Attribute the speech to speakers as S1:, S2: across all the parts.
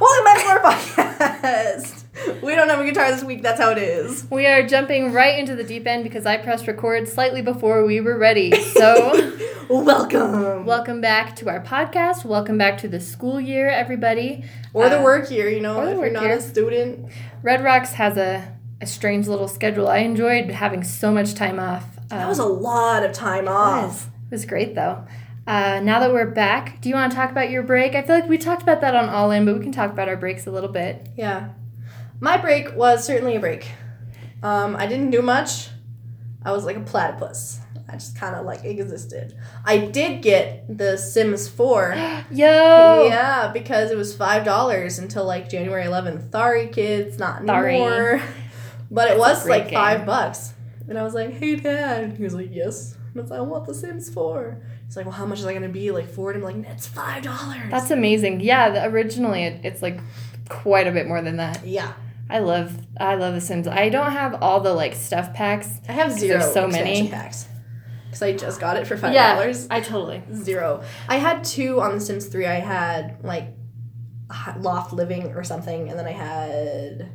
S1: Welcome back to our podcast. We don't have a guitar this week. That's how it is.
S2: We are jumping right into the deep end because I pressed record slightly before we were ready. So,
S1: Welcome.
S2: welcome back to our podcast. Welcome back to the school year, everybody.
S1: Or the
S2: Uh,
S1: work year, you know,
S2: or the
S1: if you're
S2: work
S1: not
S2: year.
S1: a student.
S2: Red Rocks has a, a strange little schedule. I enjoyed having so much time off.
S1: That
S2: Um,
S1: was a lot of time off.
S2: Yes. It was great though. Uh, now that we're back, do you want to talk about your break? I feel like we talked about that on All In, but we can talk about our breaks a little bit.
S1: Yeah. My break was certainly a break. Um, I didn't do much. I was like a platypus. I just kind of like existed. I did get the Sims 4.
S2: Yo!
S1: Yeah, because it was $5 until like January 11th. Sorry, kids, not
S2: Sorry.
S1: anymore. But it
S2: It's a
S1: was
S2: great
S1: like
S2: game.
S1: 5 bucks. And I was like, hey, dad. And he was like, yes. And I was like, I want the Sims 4. He's like, well, how much is that going to be? Like, four? And I'm like, that's $5.
S2: That's amazing. Yeah, the, originally it, it's like quite a bit more than that.
S1: yeah.
S2: I love I love The Sims. I don't have all the like stuff packs.
S1: I have zero
S2: there's so
S1: expansion
S2: many.
S1: packs. Because I just got it for $5.
S2: I totally.
S1: Zero. I had two on The Sims 3. I had like h- Loft Living or something, and then I had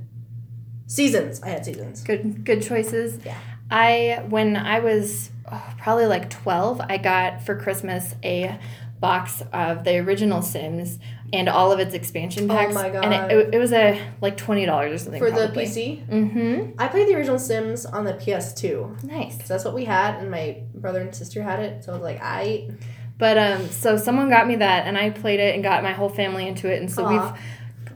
S1: Seasons. I had Seasons.
S2: Good good choices.
S1: Yeah.
S2: I when I was oh, probably like 12, I got for Christmas a box of the original Sims and all of its expansion
S1: Oh
S2: packs.
S1: my God.
S2: And it, it was a like $20 or something
S1: For the
S2: probably.
S1: PC,
S2: Mhm.
S1: I played the original Sims on the PS2.
S2: Nice.
S1: So that's what we had, and my brother and sister had it. So I was like, I.
S2: But um, so someone got me that, and I played it and got my whole family into it, and so
S1: Aw.
S2: we've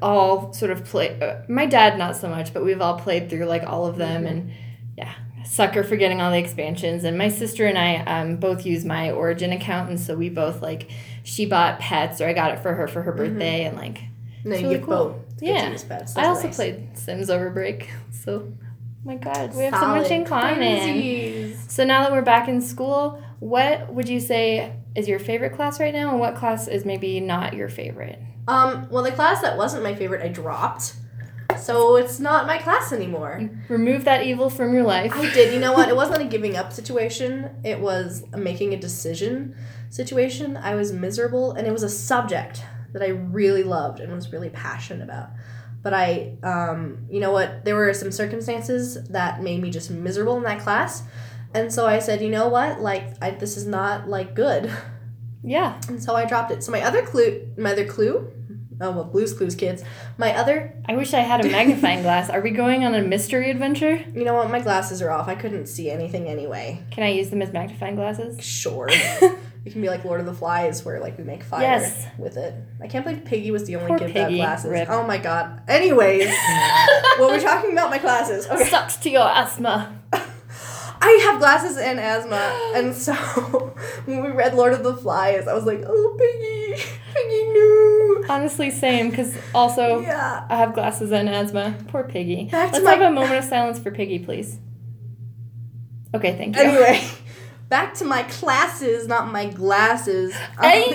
S2: all sort of played. Uh, my dad not so much, but we've all played through like all of
S1: Mm-hmm.
S2: them, and yeah, sucker for getting all the expansions. And my sister and I um, both use my Origin account, and so we both like she bought pets, or I got it for her for
S1: Mm-hmm.
S2: her birthday, and like
S1: And then
S2: It's
S1: you
S2: really
S1: get
S2: cool.
S1: both. It's good
S2: Yeah.
S1: to use pets.
S2: I
S1: That's
S2: also
S1: nice.
S2: played Sims over break, so. oh My God, we have so much
S1: Solid.
S2: in common.
S1: Crazies.
S2: So now that we're back in school, what would you say is your favorite class right now, and what class is maybe not your favorite?
S1: Um, well, the class that wasn't my favorite, I dropped. So it's not my class anymore.
S2: Remove that evil from your life.
S1: I did. You know what? It wasn't a giving up situation. It was a making a decision situation. I was miserable, and it was a subject that I really loved and was really passionate about. But I, um, you know what? There were some circumstances that made me just miserable in that class, and so I said, you know what? Like, I, this is not like good,
S2: yeah.
S1: and so I dropped it. So my other clue, my other clue, oh well, Blue's Clues kids. My other
S2: I wish I had a magnifying glass. Are we going on a mystery adventure?
S1: You know what? My glasses are off. I couldn't see anything anyway.
S2: Can I use them as magnifying glasses?
S1: Sure. it can be like Lord of the Flies, where like we make fire
S2: Yes.
S1: with it. I can't believe Piggy was the only
S2: Poor
S1: kid that
S2: Piggy.
S1: glasses.
S2: Rip.
S1: Oh my god. Anyways, what we're talking about my glasses. Okay,
S2: Sucks to your asthma.
S1: I have glasses and asthma, and so when we read Lord of the Flies, I was like, oh Piggy, Piggy no.
S2: Honestly, same, because also
S1: Yeah.
S2: I have glasses and asthma. Poor Piggy.
S1: Back to
S2: Let's
S1: my-
S2: have a moment of silence for Piggy, please. Okay, thank you.
S1: Anyway, back to my classes, not my glasses. Um,
S2: Hey.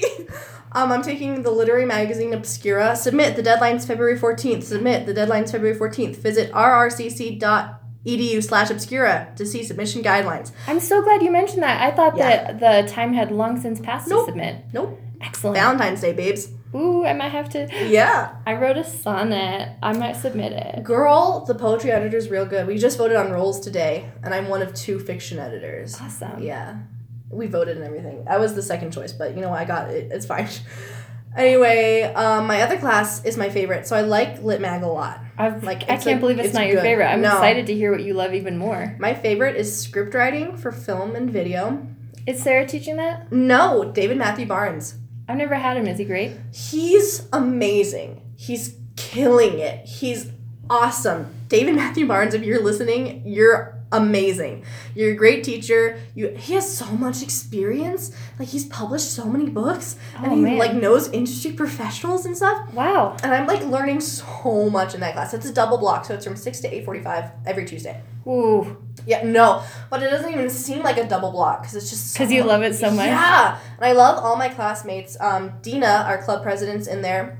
S1: hey. Um, I'm taking the literary magazine Obscura. Submit. The deadline's February 14th. Submit. The deadline's February 14th. Visit rrcc.edu E slash obscura to see submission guidelines.
S2: I'm so glad you mentioned that. I thought
S1: Yeah.
S2: that the time had long since passed
S1: Nope.
S2: to submit.
S1: Nope.
S2: Excellent.
S1: Valentine's Day, babes.
S2: Ooh, I might have to.
S1: Yeah.
S2: I wrote a sonnet. I might submit it.
S1: Girl, the poetry editor's real good. We just voted on roles today, and I'm one of two fiction editors.
S2: Awesome.
S1: Yeah. We voted and everything. I was the second choice, but you know, I got it. It's fine. Anyway, um, my other class is my favorite, so I like Lit Mag a lot.
S2: I've,
S1: Like,
S2: like, I
S1: it's
S2: can't
S1: a-
S2: believe it's,
S1: it's
S2: not your
S1: good.
S2: favorite. I'm
S1: No.
S2: excited to hear what you love even more.
S1: My favorite is script writing for film and video.
S2: Is Sarah teaching that?
S1: No, David Matthew Barnes.
S2: I've never had him. Is he great?
S1: He's amazing. He's killing it. He's awesome. David Matthew Barnes, if you're listening, you're amazing. You're a great teacher. You he has so much experience. Like he's published so many books and
S2: Oh,
S1: he
S2: man.
S1: like knows industry professionals and stuff.
S2: Wow.
S1: And I'm like learning so much in that class. It's a double block, so it's from 6 to 8:45 every Tuesday.
S2: Ooh.
S1: Yeah, no, but it doesn't even seem like a double block because it's just so
S2: 'Cause you love it so much.
S1: Yeah, and I love all my classmates. Um, Dina, our club president's in there.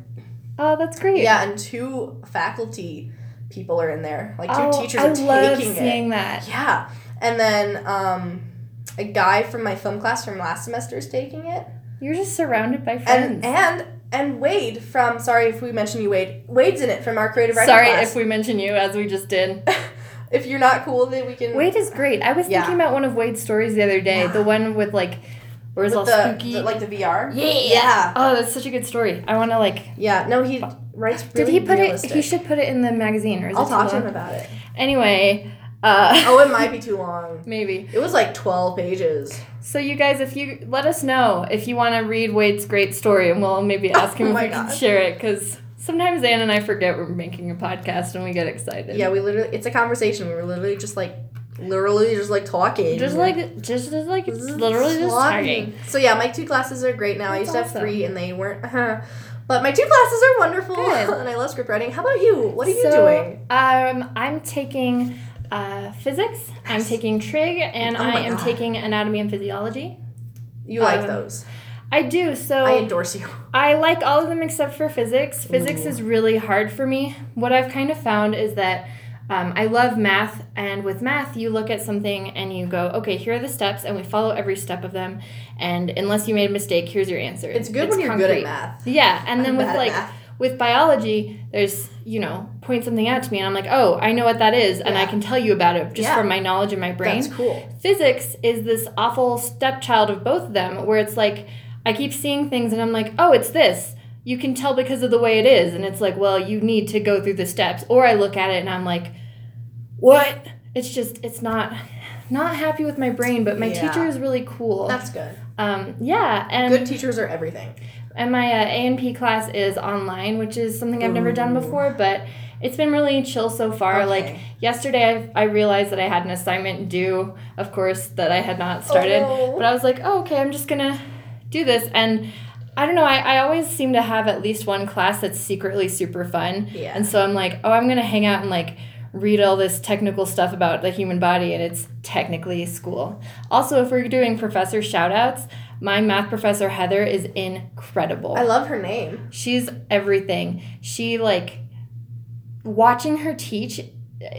S2: Oh, that's great.
S1: Yeah, and two faculty people are in there. Like two
S2: Oh,
S1: teachers
S2: I
S1: are
S2: love
S1: taking
S2: seeing
S1: it.
S2: that.
S1: Yeah, and then um, a guy from my film class from last semester is taking it,
S2: You're just surrounded by
S1: and
S2: friends.
S1: and and Wade from sorry if we mention you Wade. Wade's in it from our creative writing
S2: Sorry
S1: class.
S2: if we mention you as we just did.
S1: if you're not cool, then we can
S2: Wade is great. I was
S1: Yeah.
S2: thinking about one of Wade's stories the other day,
S1: Yeah.
S2: the one with like where it's
S1: with
S2: all
S1: the,
S2: spooky.
S1: the- like the VR.
S2: yeah.
S1: Yeah.
S2: Oh, that's such a good story. I want to like.
S1: Yeah, no, he writes.
S2: Did
S1: Really
S2: he put
S1: realistic.
S2: it? He should put it in the magazine. Or is
S1: I'll
S2: it
S1: talk
S2: too
S1: to him
S2: long?
S1: about it.
S2: Anyway. Uh,
S1: Oh, it might be too long.
S2: Maybe.
S1: It was like twelve pages.
S2: So you guys, if you let us know if you want to read Wade's great story, and we'll maybe ask him
S1: Oh
S2: if
S1: my
S2: we can
S1: God.
S2: share it because sometimes Anne and I forget we're making a podcast and we get excited.
S1: Yeah, we literally. It's a conversation. We were literally just like, literally just like talking.
S2: Just like, just as like, it's literally just talking.
S1: Talking. So yeah, my two classes are great now. I
S2: That's
S1: used to have
S2: awesome.
S1: three, and they weren't. But my two classes are wonderful,
S2: Good.
S1: and I love script writing. How about you? What are you
S2: So,
S1: doing?
S2: Um, I'm taking uh, physics. I'm
S1: Nice.
S2: taking trig, and
S1: Oh my
S2: I am
S1: God.
S2: taking anatomy and physiology.
S1: You like
S2: um,
S1: those?
S2: I do. So
S1: I endorse you.
S2: I like all of them except for physics. Physics
S1: Ooh.
S2: is really hard for me. What I've kind of found is that um, I love math, and with math, you look at something and you go, okay, here are the steps, and we follow every step of them. And unless you made a mistake, here's your answer.
S1: It's good when you're good at math.
S2: Yeah, and then
S1: I'm
S2: with
S1: bad at
S2: like
S1: math.
S2: with biology, there's you know point something out to me, and I'm like, oh, I know what that is, and I
S1: Yeah.
S2: can tell you about it just
S1: Yeah.
S2: from my knowledge in my brain
S1: That's cool.
S2: physics is this awful stepchild of both of them where it's like i keep seeing things and i'm like oh it's this you can tell because of the way it is and it's like well you need to go through the steps or i look at it and i'm like what it's just it's not not happy with my brain but my
S1: Yeah.
S2: teacher is really cool
S1: That's good.
S2: um, yeah Oh. and
S1: Good teachers are everything.
S2: and my uh, A&P class is online, which is something I've never done
S1: Ooh.
S2: before, but it's been really chill so far.
S1: Okay.
S2: Like yesterday, I, I realized that I had an assignment due, of course, that I had not started.
S1: Oh.
S2: But I was like, oh, okay, I'm just gonna do this. And I don't know, I, I always seem to have at least one class that's secretly super fun.
S1: Yeah.
S2: And so I'm like, oh, I'm gonna hang out and like read all this technical stuff about the human body, and it's technically school. Also, if we're doing professor shout outs, my math professor Heather is incredible.
S1: I love her name.
S2: She's everything. She like watching her teach.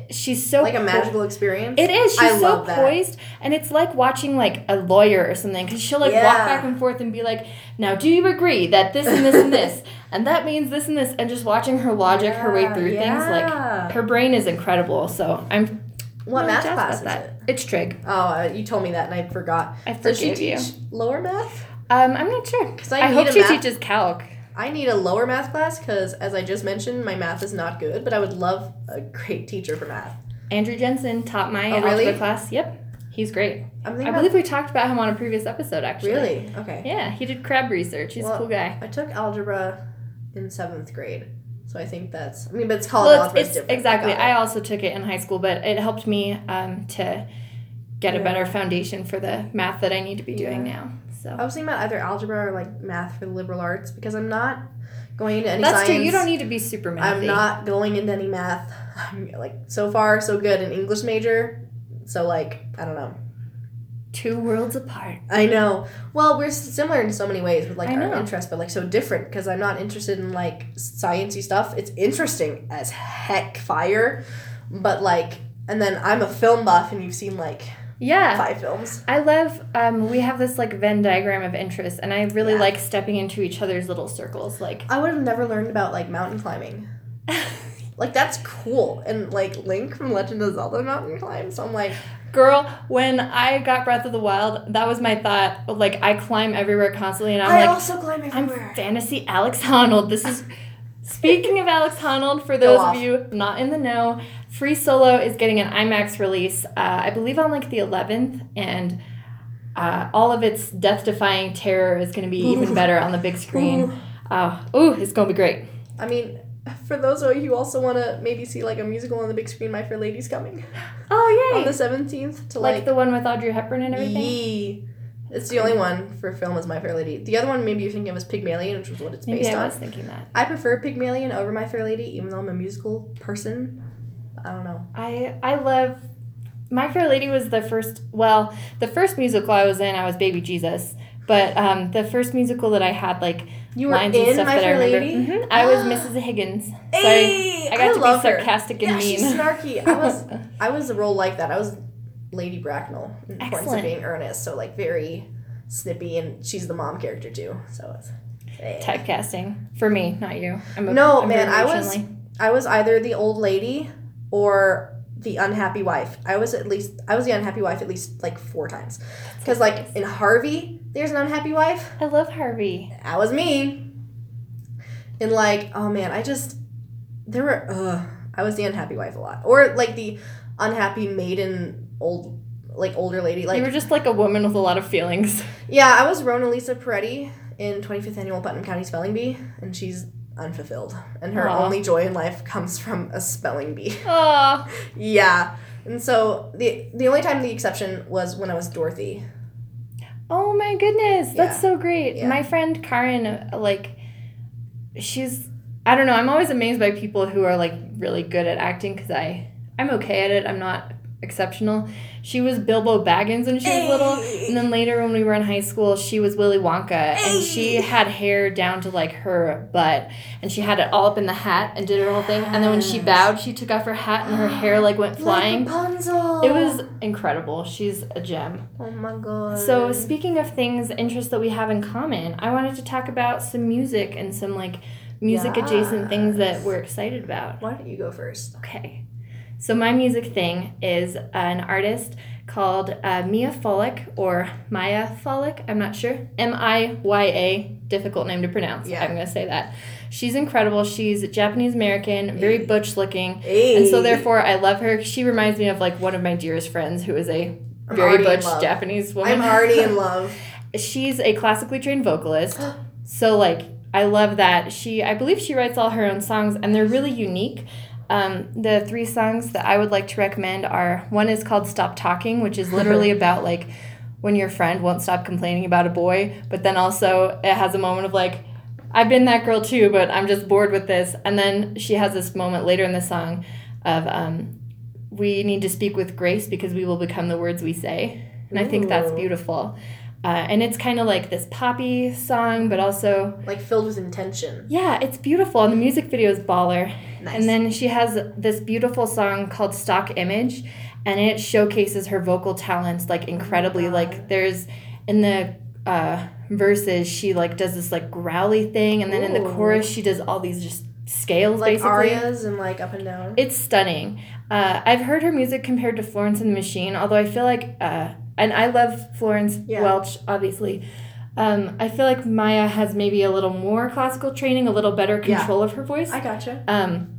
S2: She's so
S1: Like a
S2: po-
S1: magical experience.
S2: Oh, It is. She's
S1: I
S2: so
S1: love that.
S2: poised, and it's like watching like a lawyer or something. Because she'll like walk
S1: Yeah.
S2: back and forth and be like, "Now, do you agree that this and this and this, and that means this and this?" And just watching her logic her way through things, like her brain is incredible. So I'm
S1: what
S2: really
S1: math
S2: jazzed
S1: class is
S2: about that.
S1: it?
S2: It's trig.
S1: Oh, uh, you told me that and I forgot.
S2: I
S1: Does she
S2: forgive you.
S1: teach lower math?
S2: Um, I'm not sure.
S1: 'Cause I
S2: I,
S1: need
S2: hope
S1: a
S2: she
S1: math-
S2: teaches calc.
S1: I need a lower math class because, as I just mentioned, my math is not good, but I would love a great teacher for math.
S2: Andrew Jensen taught my
S1: Oh,
S2: algebra
S1: really?
S2: class. Yep, he's great.
S1: I'm
S2: I
S1: thinking
S2: believe we talked about him on a previous episode,
S1: about,
S2: actually.
S1: really okay.
S2: Yeah, he did crab research. He's a
S1: Well,
S2: cool guy.
S1: I took algebra in seventh grade, so I think that's. I mean, but it's called
S2: Well,
S1: algebra.
S2: it's,
S1: is
S2: it's
S1: different.
S2: exactly.
S1: Got it.
S2: I also took it in high school, but it helped me um, to get a
S1: Yeah.
S2: better foundation for the math that I need to be doing
S1: Yeah. Oh,
S2: now. So
S1: I was thinking about either algebra or like math for the liberal arts because I'm not going into any
S2: that's
S1: science.
S2: true. You don't need to be super mathy.
S1: I'm not going into any math. I'm like so far so good an English major. So like I don't know.
S2: two worlds apart.
S1: I know. Well, we're s- similar in so many ways with like
S2: I
S1: our
S2: know.
S1: interests, but like so different because I'm not interested in like sciencey stuff. It's interesting as heck fire, but like, and then I'm a film buff, and you've seen like
S2: Yeah.
S1: five films.
S2: I love. Um, we have this like Venn diagram of interests, and I really
S1: Yeah.
S2: like stepping into each other's little circles. Like,
S1: I would have never learned about like mountain climbing. Like that's cool, and like Link from Legend of Zelda mountain climbs. So I'm like,
S2: Girl, when I got Breath of the Wild, that was my thought. Like I climb everywhere constantly, and I'm
S1: I
S2: like,
S1: also climb
S2: I'm
S1: everywhere.
S2: fantasy Alex Honnold. This is speaking of Alex Honnold. For
S1: Go
S2: those
S1: off.
S2: of you not in the know, Free Solo is getting an IMAX release. Uh, I believe on like the 11th, and uh, all of its death-defying terror is going to be even
S1: Ooh.
S2: better on the big screen. Uh, ooh, it's going to be great.
S1: I mean, for those of you who also want to maybe see like a musical on the big screen, My Fair Lady's coming
S2: Oh
S1: on the 17th to
S2: Like, the one with Audrey Hepburn and everything.
S1: Yee. It's the only one for film is My Fair Lady. The other one maybe you're thinking of is Pygmalion, which is what it's
S2: Maybe
S1: based
S2: I
S1: on.
S2: was thinking that.
S1: I prefer Pygmalion over My Fair Lady, even though I'm a musical person. I don't know.
S2: I I love My Fair Lady was the first well, the first musical I was in, I was Baby Jesus. But um, the first musical that I had like
S1: You were
S2: lines and
S1: in
S2: stuff
S1: My
S2: that I
S1: Fair
S2: remember.
S1: Lady.
S2: Mhm. I was Mrs. Higgins.
S1: Hey,
S2: I got to be
S1: love her.
S2: sarcastic and
S1: Yeah,
S2: mean.
S1: she's snarky. I was I was a role like that. I was Lady Bracknell in Importance of
S2: Excellent.
S1: Being Earnest, so like very snippy, and she's the mom character too. So it's,
S2: typecasting for me, not you. I'm
S1: No,
S2: I'm
S1: man,
S2: very
S1: I was-
S2: emotionally-
S1: I was either the old lady or the unhappy wife. I was at least I was the unhappy wife at least like four times. Cuz like in Harvey, there's an unhappy wife.
S2: I love Harvey.
S1: That was me. And like, oh man, I just there were ugh, I was the unhappy wife a lot. Or like the unhappy maiden old like older lady like
S2: you were just like a woman with a lot of feelings.
S1: Yeah, I was Rona Lisa Peretti in 25th Annual Putnam County Spelling Bee, and she's unfulfilled. And her
S2: Aw.
S1: only joy in life comes from a spelling bee.
S2: Oh,
S1: yeah. And so the the only time the exception was when I was Dorothy.
S2: oh my goodness, that's
S1: Yeah.
S2: so great.
S1: Yeah.
S2: My friend Karen, uh, like, she's I don't know. I'm always amazed by people who are like really good at acting because I I'm okay at it. I'm not exceptional. She was Bilbo Baggins when she was little. And then later, when we were in high school, she was Willy Wonka, and she
S1: Hey.
S2: had hair down to like her butt, and she had it all up in the hat and did her whole thing. And then when she
S1: Yes.
S2: bowed, she took off her hat, and her hair like went flying.
S1: Like Rapunzel.
S2: It was incredible. She's a gem.
S1: Oh my god.
S2: So speaking of things, interests that we have in common, I wanted to talk about some music and some like music adjacent things that
S1: Yes.
S2: we're excited about.
S1: why don't you go first?
S2: Okay. So my music thing is an artist called uh, Mia Follick or Maya Follick. I'm not sure. M I Y A. Difficult name to pronounce.
S1: Yeah.
S2: I'm gonna say that. She's incredible. She's Japanese American, very
S1: Hey.
S2: butch looking,
S1: Hey.
S2: and so therefore I love her. She reminds me of like one of my dearest friends who is a
S1: I'm
S2: very
S1: already in
S2: butch
S1: love.
S2: Japanese
S1: I'm
S2: woman.
S1: already in love.
S2: She's a classically trained vocalist. So like I love that she I believe she writes all her own songs and they're really unique. Um, the three songs that I would like to recommend are one is called Stop Talking, which is literally about like when your friend won't stop complaining about a boy, but then also it has a moment of like, I've been that girl too, but I'm just bored with this. And then she has this moment later in the song of um, we need to speak with grace because we will become the words we say. And I think that's
S1: Ooh.
S2: beautiful. Uh, and it's kind of like this poppy song, but also,
S1: Like filled with intention.
S2: yeah, it's beautiful. And the music video is baller.
S1: Nice.
S2: And then she has this beautiful song called Stock Image, and it showcases her vocal talents like incredibly.
S1: Oh God.
S2: Like there's in the uh, verses, she like does this like growly thing, and then in the
S1: Ooh.
S2: chorus, she does all these just scales
S1: like
S2: basically.
S1: arias and like up and down.
S2: It's stunning. Uh, I've heard her music compared to Florence and the Machine, although I feel like, uh, and I love Florence
S1: Yeah.
S2: Welch, obviously. Um, I feel like Maya has maybe a little more classical training, a little better
S1: Yeah.
S2: control of her voice.
S1: I gotcha.
S2: Um,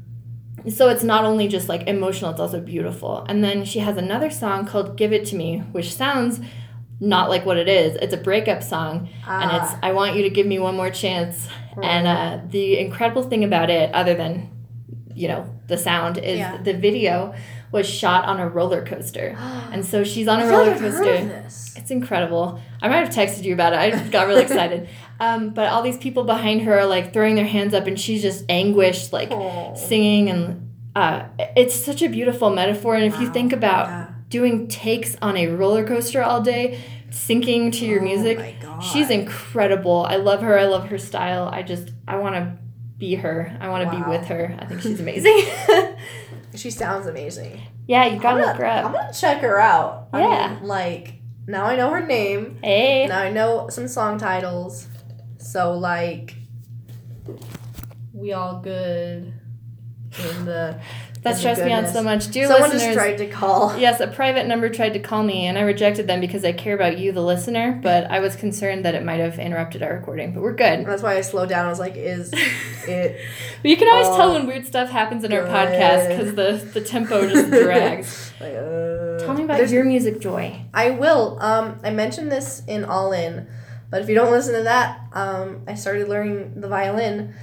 S2: so it's not only just like emotional, it's also beautiful. And then she has another song called Give It To Me, which sounds not like what it is. It's a breakup song,
S1: Ah.
S2: and it's I Want You to Give Me One More Chance. And uh, the incredible thing about it, other than, you know, the sound, is
S1: Yeah.
S2: the video was shot on a roller coaster. And so she's on a
S1: I feel like
S2: roller
S1: I've
S2: coaster.
S1: heard of this.
S2: It's incredible. I might have texted you about it. I just got really excited. Um, but all these people behind her are like throwing their hands up, and she's just anguished, like
S1: Oh.
S2: singing, and uh, it's such a beautiful metaphor. And if you
S1: Wow.
S2: think about
S1: Yeah.
S2: doing takes on a roller coaster all day, syncing to your
S1: Oh
S2: music,
S1: my God.
S2: she's incredible. I love her. I love her style. I just I want to be her. I want to
S1: Wow.
S2: be with her. I think she's amazing.
S1: She sounds amazing.
S2: yeah, you gotta
S1: I'm
S2: look her
S1: gonna, I'm
S2: up.
S1: gonna check her out. I
S2: Yeah.
S1: mean, like now I know her name.
S2: Hey,
S1: Now I know some song titles. So like, we all good in the.
S2: that stressed me out so
S1: goodness.
S2: much, dear
S1: Someone just
S2: listeners.
S1: tried to call.
S2: Yes, a private number tried to call me, and I rejected them because I care about you, the listener. But I was concerned that it might have interrupted our recording. But we're good.
S1: That's why I slowed down. I was like, "Is it?"
S2: you can always
S1: Oh,
S2: tell when weird stuff happens in our podcast because
S1: good.
S2: the the tempo just drags.
S1: Like, uh,
S2: Tell me about
S1: There's-
S2: your music joy.
S1: I will. Um, I mentioned this in All In, but if you don't listen to that, um, I started learning the violin,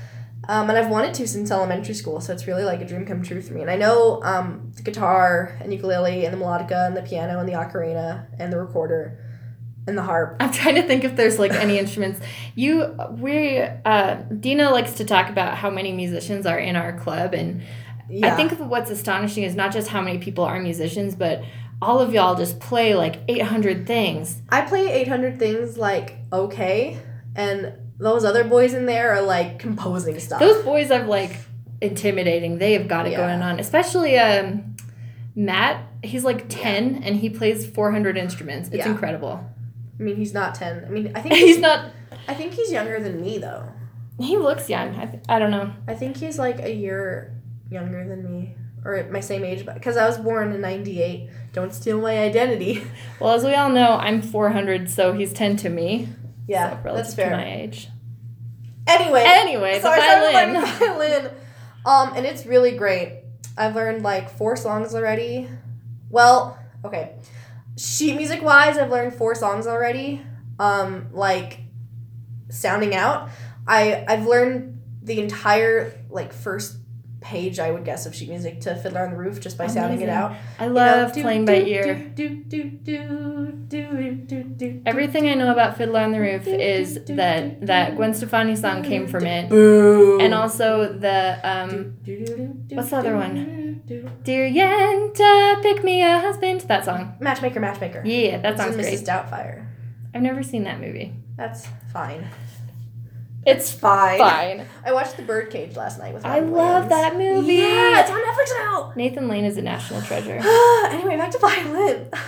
S1: um, and I've wanted to since elementary school. So it's really like a dream come true for me. And I know um, the guitar and ukulele and the melodica and the piano and the ocarina and the recorder and the harp.
S2: I'm trying to think if there's like any instruments. You, we, uh, Dina likes to talk about how many musicians are in our club, and
S1: Yeah,
S2: I think what's astonishing is not just how many people are musicians, but all of y'all just play like 800 things.
S1: I play eight hundred things like okay, and those other boys in there are like composing stuff.
S2: Those boys are like intimidating. They have got it
S1: Yeah.
S2: going on, especially um, Matt. He's like 10 and he plays 400 instruments. It's
S1: Yeah.
S2: incredible.
S1: I mean, he's not ten. I mean, I think
S2: He's not
S1: I think he's younger than me though.
S2: He looks young. I, th- I don't know.
S1: I think he's like a year younger than me or at my same age, but because I was born in '98. Don't steal my identity.
S2: Well, as we all know, I'm 400, so he's 10 to me.
S1: Yeah,
S2: so relative
S1: that's fair.
S2: To my age.
S1: Anyway,
S2: Anyway,
S1: so I
S2: the
S1: started
S2: violin.
S1: learning violin, um, and it's really great. I've learned like four songs already. Well, okay, sheet music wise, I've learned four songs already. Um, like sounding out, I I've learned the entire like first page I would guess of sheet music to Fiddler on the Roof just by sounding it
S2: Amazing.
S1: out.
S2: I
S1: You know,
S2: love
S1: do,
S2: playing
S1: do,
S2: by ear.
S1: Do do do do do do.
S2: Everything I know about Fiddler on the Roof is that that Gwen Stefani song came from it,
S1: Boo.
S2: and also the um,
S1: What's
S2: what's the other "Dear Yenta, pick me a husband." That song.
S1: Matchmaker, Matchmaker.
S2: Yeah, that
S1: It's in
S2: sounds
S1: Mrs.
S2: great.
S1: Doubtfire.
S2: I've never seen that movie.
S1: That's fine.
S2: It's
S1: Fine.
S2: fine.
S1: I watched The Birdcage last night with.
S2: I
S1: Robin
S2: love
S1: Williams.
S2: that movie.
S1: Yeah, it's on Netflix now.
S2: Nathan Lane is a national treasure.
S1: anyway, back to violin.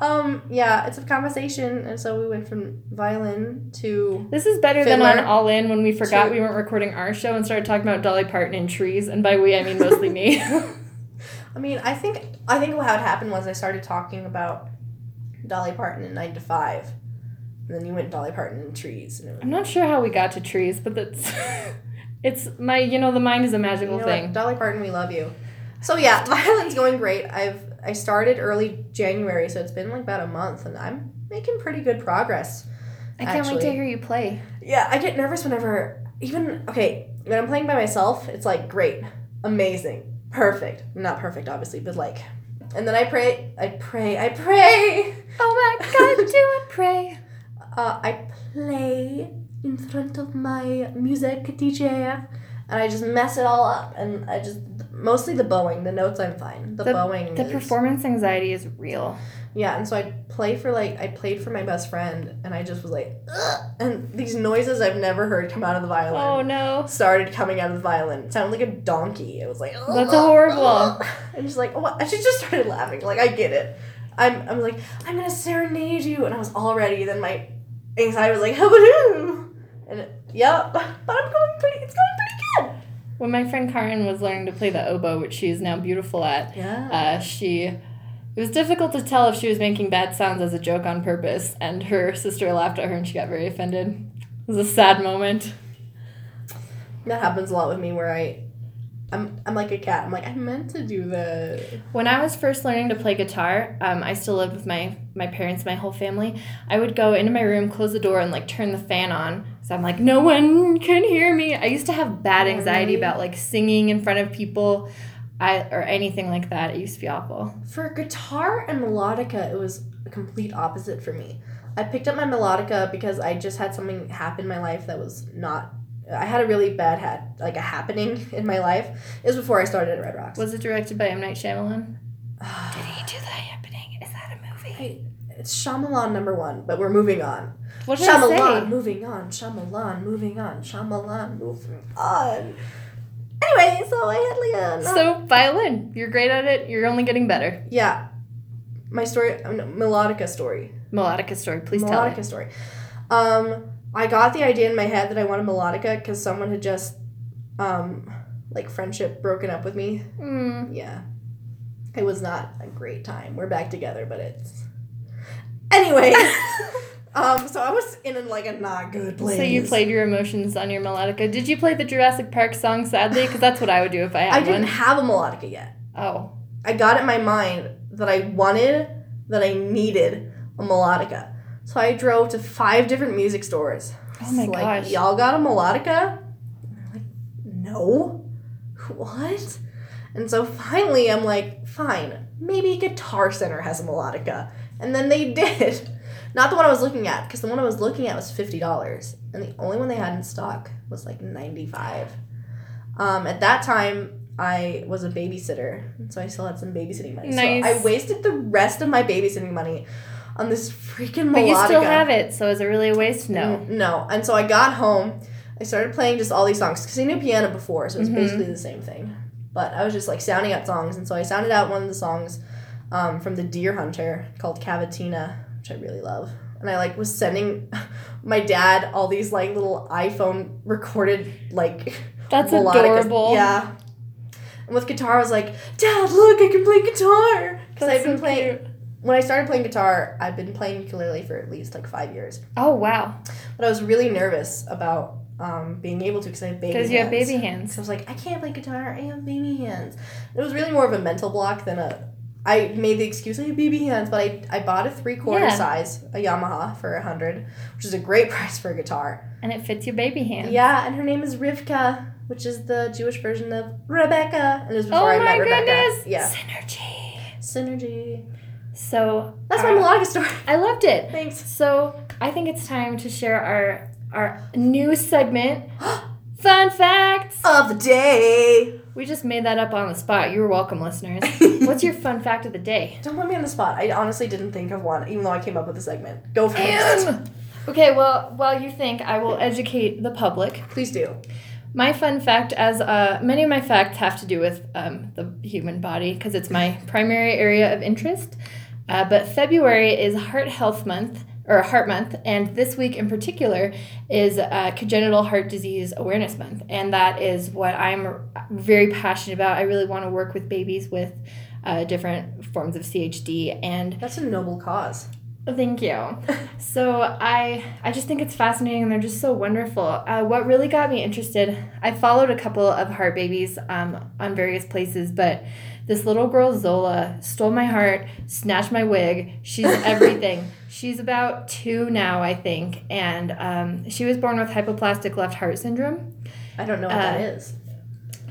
S1: Um, yeah, it's a conversation, and so we went from violin to
S2: This is better than
S1: Fiddler.
S2: on All In when we forgot
S1: Two.
S2: we weren't recording our show and started talking about Dolly Parton and trees. And by we, I mean mostly me.
S1: I mean, I think I think how it happened was I started talking about Dolly Parton and Nine to Five, and then you went Dolly Parton and trees, and it was,
S2: I'm not sure how we got to trees, but that's. It's my, you know, the mind is a magical
S1: you know
S2: thing.
S1: what, Dolly Parton, we love you. So yeah, violin's going great. I've I started early January, so it's been like about a month, and I'm making pretty good progress.
S2: I can't wait to
S1: actually.
S2: hear you play.
S1: Yeah, I get nervous whenever even okay when I'm playing by myself. It's like great, amazing, perfect. Not perfect, obviously, but like, and then I pray, I pray, I pray.
S2: Oh my God, do I pray?
S1: Uh, I play in front of my music teacher, and I just mess it all up. And I just mostly the bowing, the notes I'm fine. The,
S2: The-
S1: bowing,
S2: The
S1: is-
S2: performance anxiety is real.
S1: Yeah, and so I play for like I played for my best friend, and I just was like, Ugh! and these noises I've never heard come out of the violin.
S2: Oh no.
S1: started coming out of the violin. It sounded like a donkey. It was like
S2: That's horrible.
S1: And she's like, what? And she just started laughing. Like I get it. I'm I'm like I'm gonna serenade you, and I was all ready. Then my anxiety was like hoo and it, yep. But I'm going pretty. It's going pretty
S2: When my friend Karen was learning to play the oboe, which she is now beautiful at,
S1: good. Yeah.
S2: uh, she it was difficult to tell if she was making bad sounds as a joke on purpose and her sister laughed at her and she got very offended it was a sad moment
S1: That happens a lot with me where I. I'm, I'm like a cat. I'm like, I meant to do that.
S2: when i was first learning to play guitar um, i still lived with my my parents my whole family i would go into my room close the door and like turn the fan on so i'm like no one can hear me i used to have bad
S1: Oh,
S2: anxiety
S1: really?
S2: about like singing in front of people I, or anything like that it used to be awful
S1: For guitar and melodica, it was a complete opposite for me. I picked up my melodica because I just had something happen in my life that was not. I had a really bad hat, like a happening in my life. It was before I started at Red Rocks.
S2: was it directed by m night Shyamalan? did he do that happening is that a movie
S1: it's Shyamalan number one, but we're moving on.
S2: What did I
S1: Shyamalan,
S2: say?
S1: moving on. Shyamalan, moving on. Shyamalan, moving on. Anyway, so I had like a.
S2: So violin, you're great at it. You're only getting better.
S1: yeah, my story, uh, no, melodica story.
S2: Melodica story, please
S1: melodica story. Um, I got the idea in my head that I wanted melodica because someone had just, um, like friendship broken up with me.
S2: tell it. Mm.
S1: Yeah, it was not a great time. We're back together, but it's anyway. um, so I was in like a not good place.
S2: So you played your emotions on your melodica. Did you play the Jurassic Park song sadly? Because that's what I would do if I
S1: I
S2: had
S1: didn't
S2: one.
S1: have a melodica yet.
S2: Oh,
S1: I got it in my mind that I wanted, that I needed a melodica. So I drove to five different music stores.
S2: oh my
S1: It's like,
S2: gosh.
S1: Y'all got a melodica? And I'm like, no. What? And so finally I'm like, fine, maybe Guitar Center has a melodica. And then they did. Not the one I was looking at, because the one I was looking at was $50. And the only one they had in stock was like 95 Um, At that time, I was a babysitter, and so I still had some babysitting money.
S2: Nice.
S1: So I wasted the rest of my babysitting money on this freaking melodica. Mm.
S2: But you still have it, so is it really a waste? No.
S1: N- No. And so I got home. I started playing just all these songs because I knew piano before, so it was
S2: Mhm.
S1: basically the same thing. But I was just like sounding out songs, and so I sounded out one of the songs um, from The Deer Hunter called Cavatina, which I really love. and I like was sending my dad all these like little iPhone recorded like
S2: That's
S1: melodic-
S2: adorable.
S1: Yeah. And with guitar, I was like, Dad, look, I can play guitar because
S2: That's
S1: I've been
S2: so
S1: playing.
S2: cute.
S1: When I started playing guitar, I've been playing ukulele for at least like five years,
S2: Oh wow,
S1: but I was really nervous about um, being able to because I have baby.
S2: because you have
S1: hands.
S2: baby
S1: So
S2: hands.
S1: I was like, I can't play guitar. I have baby hands. It was really more of a mental block than a. I made the excuse I have baby hands, but I, I bought a three quarter
S2: Yeah.
S1: size a Yamaha for a hundred, which is a great price for a guitar.
S2: And it fits your baby hand.
S1: Yeah, and her name is Rivka, which is the Jewish version of Rebecca. And it was
S2: Oh
S1: before I
S2: my
S1: met Rebecca.
S2: goodness.
S1: Yeah,
S2: Synergy.
S1: synergy.
S2: So
S1: That's my
S2: uh,
S1: melodic story.
S2: I loved it.
S1: Thanks.
S2: So I think it's time to share our our new segment, fun facts.
S1: Of the day.
S2: We just made that up on the spot. You're welcome, listeners. What's your fun fact of the day?
S1: Don't put me on the spot. I honestly didn't think of one, even though I came up with the segment. Go first.
S2: Okay, well, while you think, I will educate the public.
S1: Please do.
S2: My fun fact, as uh, many of my facts have to do with um, the human body because it's my primary area of interest. Uh, but February is Heart Health Month or Heart Month, and this week in particular is uh, Congenital Heart Disease Awareness Month, and that is what I'm very passionate about. I really want to work with babies with uh, different forms of CHD and
S1: That's a noble cause.
S2: Thank you. So I I just think it's fascinating and they're just so wonderful. Uh, what really got me interested, I followed a couple of heart babies um, on various places, but this little girl Zola stole my heart, snatched my wig. She's everything. She's about two now, I think, and um, she was born with hypoplastic left heart syndrome.
S1: I don't know what
S2: Uh,
S1: that is.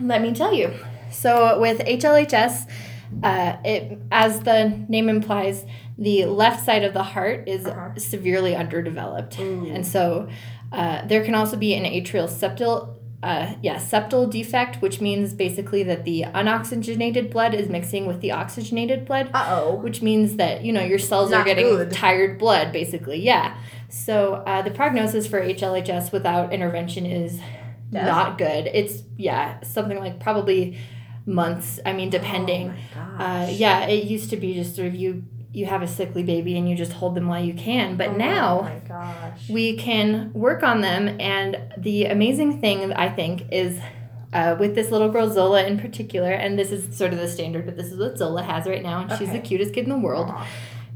S2: Let me tell you. So with HLHS, uh, it as the name implies, the left side of the heart is
S1: Uh-huh.
S2: severely underdeveloped, and so uh, there can also be an atrial septal. Uh, yeah, septal defect, which means basically that the unoxygenated blood is mixing with the oxygenated blood,
S1: Uh oh.
S2: which means that you know your cells are
S1: Not
S2: getting
S1: good.
S2: tired blood basically yeah so uh, the prognosis for hlhs without intervention is
S1: Death?
S2: not good it's yeah something like probably months i mean depending
S1: Oh my
S2: uh,
S1: gosh.
S2: yeah it used to be just sort of you you have a sickly baby and you just hold them while you can but
S1: Oh
S2: now
S1: my gosh.
S2: we can work on them. And the amazing thing, I think, is uh, with this little girl, Zola in particular, and this is sort of the standard, but this is what Zola has right now, and she's
S1: Okay.
S2: the cutest kid in the world. Uh,
S1: Aw.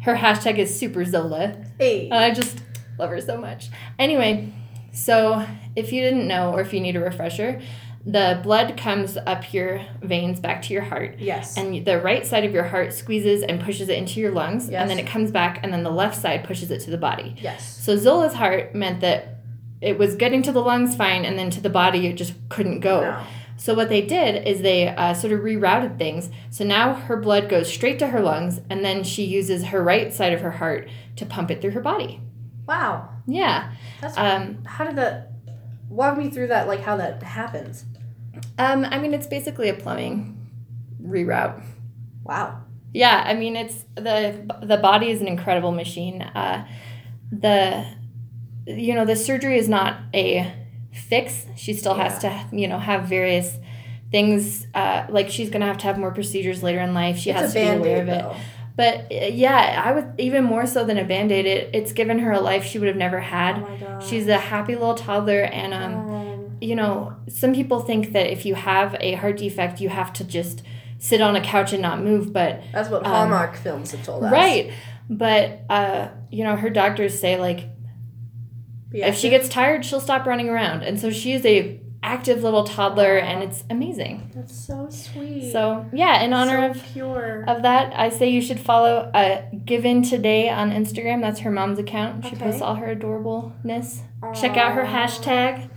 S2: Her hashtag is Super Zola.
S1: Hey.
S2: And I just love her so much. Anyway, so if you didn't know or if you need a refresher, the blood comes up your veins back to your heart.
S1: yes.
S2: And the right side of your heart squeezes and pushes it into your lungs,
S1: Yes.
S2: and then it comes back, and then the left side pushes it to the body.
S1: yes.
S2: So Zola's heart meant that it was getting to the lungs fine, and then to the body it just couldn't go.
S1: No.
S2: So what they did is they uh, sort of rerouted things. So now her blood goes straight to her lungs, and then she uses her right side of her heart to pump it through her body.
S1: Wow.
S2: Yeah.
S1: That's
S2: Um,
S1: how did that walk me through that like how that happens.
S2: um, I mean, it's basically a plumbing reroute.
S1: Wow.
S2: Yeah, I mean it's the the body is an incredible machine. Uh, the you know the surgery is not a fix. She still has to you know have various things uh, like she's gonna have to have more procedures later in life. She
S1: it's a
S2: has to be aware
S1: band-aid
S2: of it.
S1: though.
S2: But uh, yeah, I would even more so than a band aid. It, it's given her a life she would have never
S1: Oh
S2: had.
S1: my god.
S2: She's a happy little toddler, and um,
S1: um,
S2: you know, some people think that if you have a heart defect, you have to just sit on a couch and not move, but
S1: That's what Hallmark films have told us.
S2: um, Right. But uh, you know, her doctors say like
S1: Be active.
S2: if she gets tired, she'll stop running around. And so she is a active little toddler and it's amazing.
S1: That's so sweet.
S2: So yeah, in honor
S1: so pure.
S2: of of that, I say you should follow uh, Given Today on Instagram. That's her mom's account. She
S1: Okay.
S2: posts all her adorableness. Check out her
S1: Aw,
S2: hashtag.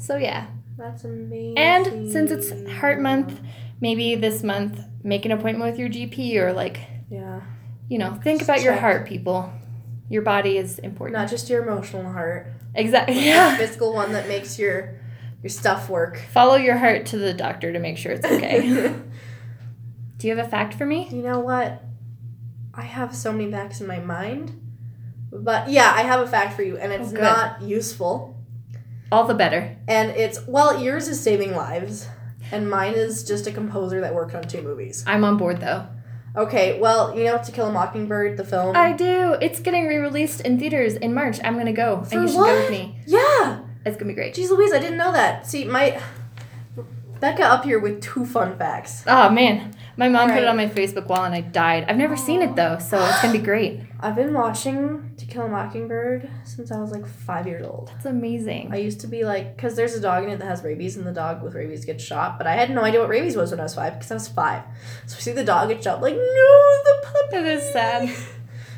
S2: So yeah.
S1: That's amazing.
S2: And since it's Heart Month, maybe this month make an appointment with your GP or like
S1: Yeah.
S2: you know, think about your
S1: Check.
S2: heart, people. Your body is important.
S1: Not just your emotional heart.
S2: exactly.
S1: Yeah.
S2: Yeah.
S1: Physical one that makes your your stuff work.
S2: Follow your heart to the doctor to make sure it's okay. Do you have a fact for me?
S1: You know what? I have so many facts in my mind. But yeah, I have a fact for you, and it's
S2: Oh, good.
S1: not useful.
S2: All the better.
S1: And it's, well, yours is saving lives, and mine is just a composer that worked on two movies.
S2: I'm on board though.
S1: Okay, well, you know, To Kill a Mockingbird, the film.
S2: I do. It's getting re released in theaters in March. I'm gonna go.
S1: For
S2: and you should
S1: what?
S2: go with me.
S1: yeah.
S2: It's gonna be great.
S1: Jeez Louise, I didn't know that. See, my Becca up here with two fun facts.
S2: Oh man. My mom put
S1: Alright.
S2: it on my Facebook wall and I died. I've never seen it though, so it's gonna be great.
S1: I've been watching To Kill a Mockingbird since I was like five years old.
S2: It's amazing.
S1: I used to be like, because there's a dog in it that has rabies, and the dog with rabies gets shot. But I had no idea what rabies was when I was five because I was five. So we see the dog get shot, I'm like no, the puppy.
S2: It is sad.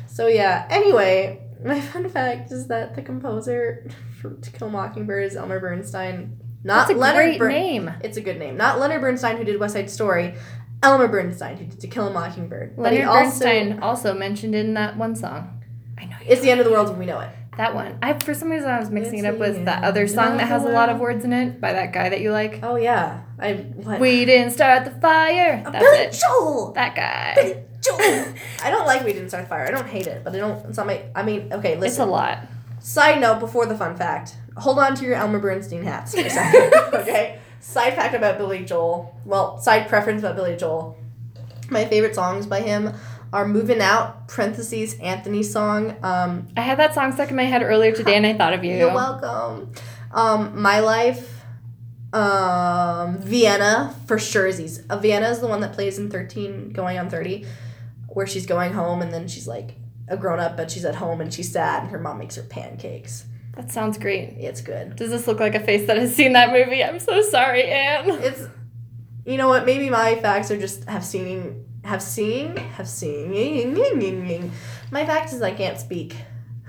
S1: So yeah. Anyway, my fun fact is that the composer for To Kill a Mockingbird is Elmer Bernstein, not
S2: That's a
S1: Leonard
S2: great
S1: Bern-
S2: name.
S1: It's a good name, not Leonard Bernstein who did West Side Story. Elmer Bernstein who did To Kill a Mockingbird. but he
S2: Leonard
S1: also-
S2: Bernstein also mentioned in that one song. I know you
S1: It's the end of the world and we know it.
S2: That one. I for some reason I was mixing
S1: It's
S2: it up with
S1: the
S2: that other
S1: end
S2: song that
S1: of
S2: has
S1: the
S2: a lot of
S1: world.
S2: words in it by that guy that you like.
S1: Oh yeah. I what?
S2: We didn't start the fire.
S1: Uh,
S2: That's
S1: Billy
S2: it.
S1: Joel.
S2: That guy.
S1: Billy Joel. I don't like We Didn't Start the Fire. I don't hate it, but I don't. It's not my. I mean, okay.
S2: It's a
S1: Listen.
S2: lot.
S1: Side note before the fun fact. Hold on to your Elmer Bernstein hats for a second. okay. Side fact about Billy Joel. Well, side preference about Billy Joel. My favorite songs by him are "Moving Out" (parentheses Anthony song). Um,
S2: I had that song stuck in my head earlier today and I thought of you.
S1: You're welcome. Um, my life. Um, Vienna for surezies. Uh, Vienna is the one that plays in thirteen, going on thirty, where she's going home and then she's like a grown up, but she's at home and she's sad and her mom makes her pancakes.
S2: That sounds great.
S1: It's good.
S2: Does this look like a face that has seen that movie? I'm so sorry, Anne.
S1: It's, you know what? Maybe my facts are just have singing, have seeing, have singing. My fact is I can't speak.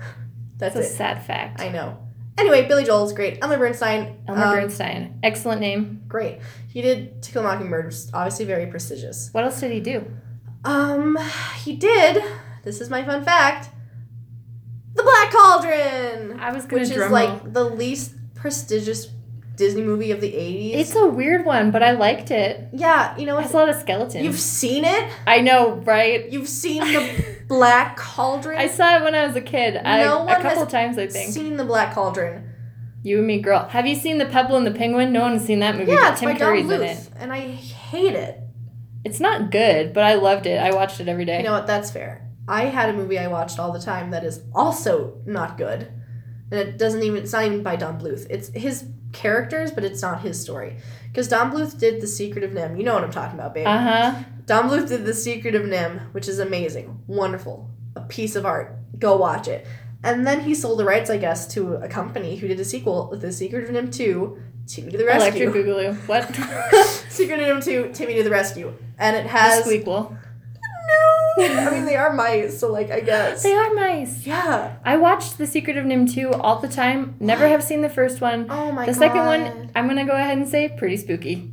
S1: That's
S2: That's a
S1: it.
S2: sad fact.
S1: I know. Anyway, Billy Joel's great. Elmer Bernstein.
S2: Elmer
S1: um,
S2: Bernstein. Excellent name.
S1: great. He did To Kill a Mockingbird, which is obviously very prestigious.
S2: What else did he do?
S1: Um, he did. This is my fun fact. The Black Cauldron,
S2: I was gonna
S1: which is
S2: drum roll.
S1: like the least prestigious Disney movie of the eighties.
S2: It's a weird one, but I liked it.
S1: Yeah, you know
S2: It has
S1: what?
S2: a lot of skeletons.
S1: You've seen it.
S2: I know, right?
S1: You've seen the Black Cauldron.
S2: I saw it when I was a kid. I,
S1: No
S2: a
S1: one
S2: couple
S1: has
S2: times, I think.
S1: seen the Black Cauldron.
S2: You and me, girl. Have you seen The Pebble and the Penguin? No one's seen that movie.
S1: Yeah,
S2: but
S1: it's
S2: Tim
S1: by John
S2: Curry's
S1: Luth,
S2: in it.
S1: and I hate it.
S2: It's not good, but I loved it. I watched it every day.
S1: You know what? That's fair. I had a movie I watched all the time that is also not good, and it doesn't even it's not even by Don Bluth. It's his characters, but it's not his story. Because Don Bluth did The Secret of Nim. You know what I'm talking about, babe.
S2: uh huh.
S1: Don Bluth did The Secret of Nim, which is amazing, wonderful, a piece of art. Go watch it. And then he sold the rights, I guess, to a company who did a sequel, The Secret of Nim Two, Timmy to the
S2: Electric
S1: Rescue.
S2: Boogaloo. What?
S1: Secret of Nim Two, Timmy to the Rescue, and it
S2: A
S1: has
S2: Squeakquel.
S1: no. I mean, they are mice, so like I guess.
S2: They are mice.
S1: Yeah.
S2: I watched The Secret of Nim 2 all the time. Never have seen the first one.
S1: Oh my
S2: the
S1: god.
S2: second one, I'm gonna go ahead and say pretty spooky.